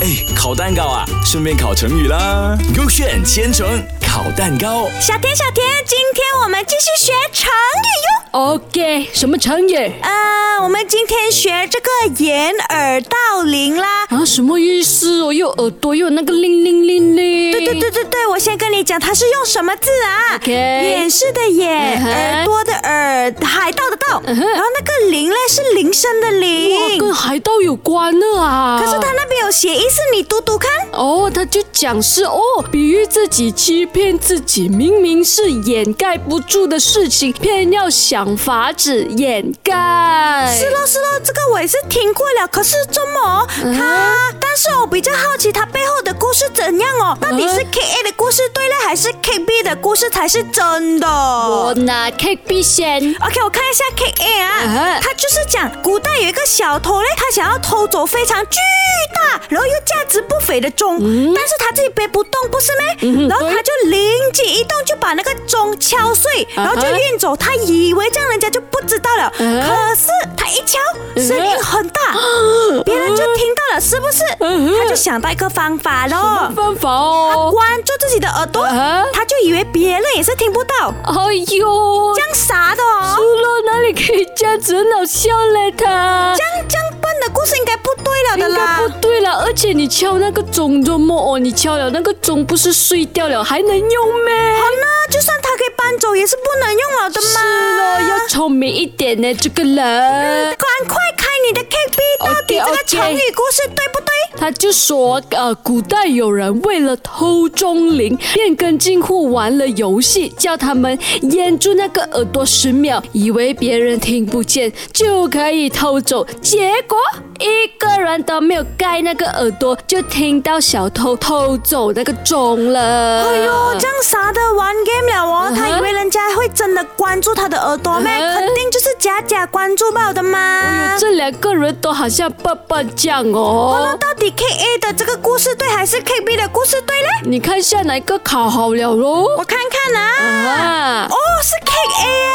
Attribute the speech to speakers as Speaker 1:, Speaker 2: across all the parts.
Speaker 1: 哎，烤蛋糕啊，顺便烤成语啦。勾选千层烤蛋糕，
Speaker 2: 小田，小田，今天我们继续学成语哟。
Speaker 3: OK，什么成语
Speaker 2: 呃，我们今天学这个掩耳盗铃啦。
Speaker 3: 啊？什么意思哦？又有耳朵，又有那个铃铃铃铃。
Speaker 2: 对对对对对，我先跟你讲，它是用什么字啊
Speaker 3: OK
Speaker 2: 掩饰的掩
Speaker 3: 嗯哼
Speaker 2: 耳朵的耳，海盗的盗，
Speaker 3: 嗯哼
Speaker 2: 然后那个铃嘞是铃声的
Speaker 3: 哇，
Speaker 2: 铃。
Speaker 3: 跟海盗有关的啊！
Speaker 2: 可是它那边有谐音，是你读读看。
Speaker 3: 哦，他就讲是哦，比喻自己欺骗自己，明明是掩盖不住的事情，偏要想法子掩盖。
Speaker 2: 是咯是咯，这个我也是听过了。可是怎么它？但是我比较好奇它背后的故事怎样哦？到底是 K A 的故事对嘞，还是 K B 的故事才是真的？哦
Speaker 3: 我拿 K B 先。
Speaker 2: OK，我看一下 K A 啊
Speaker 3: 啊，
Speaker 2: 他就是讲古代有一个小偷嘞，他想要偷走非常巨大，然后又价值不菲的钟，
Speaker 3: 嗯
Speaker 2: 但是他自己背不动，不是咩？然后他就灵机一动，就把那个钟敲碎，然后就
Speaker 3: 啊哈
Speaker 2: 运走。他以为这样人家就不知道了，
Speaker 3: 嗯
Speaker 2: 可是他一敲，声音很大，别人就听到了，是不是？
Speaker 3: 嗯哼
Speaker 2: 他就想到一个方法咯，
Speaker 3: 办法
Speaker 2: 他
Speaker 3: 哦。
Speaker 2: 关住自己的耳朵
Speaker 3: 啊哈，
Speaker 2: 他就以为别人也是听不到，
Speaker 3: 哎呦，
Speaker 2: 这样傻的哦
Speaker 3: 输。了哪里可以这样子，很好笑嘞他。
Speaker 2: 这样这样笨的故事应该不对了的
Speaker 3: 应该
Speaker 2: 啦。
Speaker 3: 不对了，而且你敲那个钟做么哦？你敲了那个钟不是碎掉了，还能用咩？
Speaker 2: 好啦，就算他给搬走也是不能用了的嘛。
Speaker 3: 是咯，要聪明一点呢，这个人。
Speaker 2: 赶快开你的 K B，到底这个
Speaker 3: OK，OK
Speaker 2: 成语故事对不对？
Speaker 3: 他就说，呃，古代有人为了偷钟灵，便跟进户玩了游戏，叫他们掩住那个耳朵十秒，以为别人听不见就可以偷走，结果一个人都没有盖那个耳朵，就听到小偷偷走那个钟了。
Speaker 2: 哎呦，这样傻的玩 game 了哦，
Speaker 3: 嗯哼
Speaker 2: 他以为人家会真的关注他的耳朵咩？
Speaker 3: 嗯哼
Speaker 2: 肯定就是假假关注到的嘛。
Speaker 3: 这两个人都好像棒棒酱
Speaker 2: 那
Speaker 3: 哦。
Speaker 2: 到底 K A 的这个故事对还是 K B 的故事对嘞？
Speaker 3: 你看下哪一个考好了喽？
Speaker 2: 我看看啊，
Speaker 3: 啊
Speaker 2: 哦，是 K A 耶。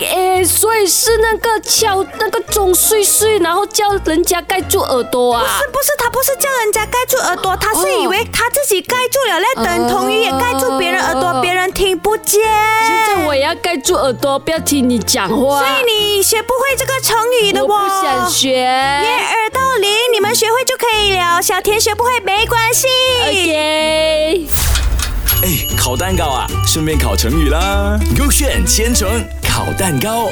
Speaker 3: K A，所以是那个敲那个钟碎碎，然后叫人家盖住耳朵啊。
Speaker 2: 是不是他不是叫人家盖住耳朵，他是以为他自己盖住了嘞，
Speaker 3: 哦
Speaker 2: 等同于也盖住别人耳朵，
Speaker 3: 哦
Speaker 2: 别人听不见。
Speaker 3: 现在我也要盖住耳朵，不要听你讲话。
Speaker 2: 所以你学不会这个成语的
Speaker 3: 我
Speaker 2: 哦。
Speaker 3: 不想学。
Speaker 2: 掩耳盗铃，你们学会就可以了。小田学不会没关系。
Speaker 3: OK。
Speaker 1: 哎，烤蛋糕啊，顺便烤成语啦。勾选千层烤蛋糕。